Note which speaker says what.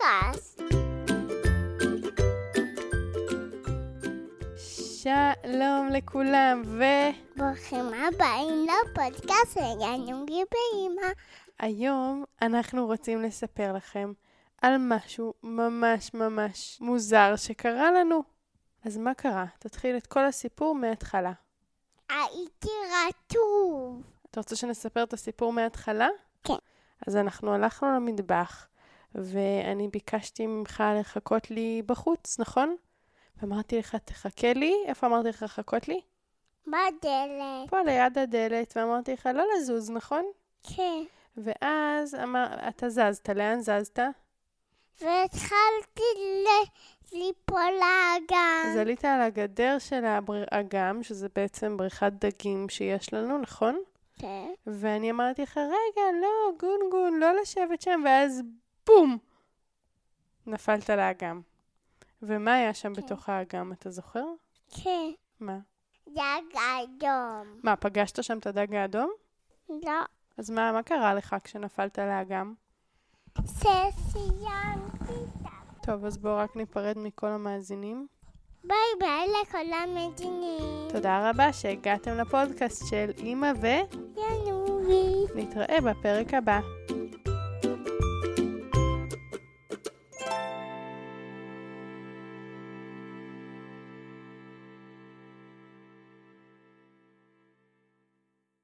Speaker 1: us.
Speaker 2: שלום לכולם,
Speaker 1: ברוכים הבאים לפודקאסט לגנים גיבורים.
Speaker 2: והיום אנחנו רוצים לספר לכם על משהו ממש ממש מוזר שקרה לנו. אז מה קרה? תתחיל את כל הסיפור מההתחלה.
Speaker 1: הייתי רטוב.
Speaker 2: אתה רוצה שנספר את הסיפור מההתחלה?
Speaker 1: כן.
Speaker 2: אז אנחנו הלכנו למטבח, ואני ביקשתי ממך לחכות לי בחוץ, נכון? ואמרתי לך, תחכה לי. איפה אמרתי לך לחכות לי?
Speaker 1: בדלת.
Speaker 2: פה ליד הדלת, ואמרתי לך, לא לזוז, נכון?
Speaker 1: כן.
Speaker 2: ואז אמר, אתה זזת, לאן זזת?
Speaker 1: והתחלתי ל- ליפול לאגם.
Speaker 2: אז עלית על הגדר של הבר- האגם, שזה בעצם בריכת דגים שיש לנו, נכון?
Speaker 1: כן.
Speaker 2: ואני אמרתי לך, רגע, לא, גונגון, לא לשבת שם, ואז בום! נפלת לאגם. ומה היה שם
Speaker 1: כן.
Speaker 2: בתוך האגם, אתה זוכר?
Speaker 1: כן.
Speaker 2: מה?
Speaker 1: דג אדום.
Speaker 2: מה, פגשת שם את הדג האדום?
Speaker 1: לא.
Speaker 2: אז מה, מה קרה לך כשנפלת לאגם?
Speaker 1: שסיימתי.
Speaker 2: טוב, אז בואו רק ניפרד מכל המאזינים.
Speaker 1: ביי ביי לכל המדינים.
Speaker 2: תודה רבה שהגעתם לפודקאסט של אימא ו...
Speaker 1: ינוי.
Speaker 2: נתראה בפרק הבא.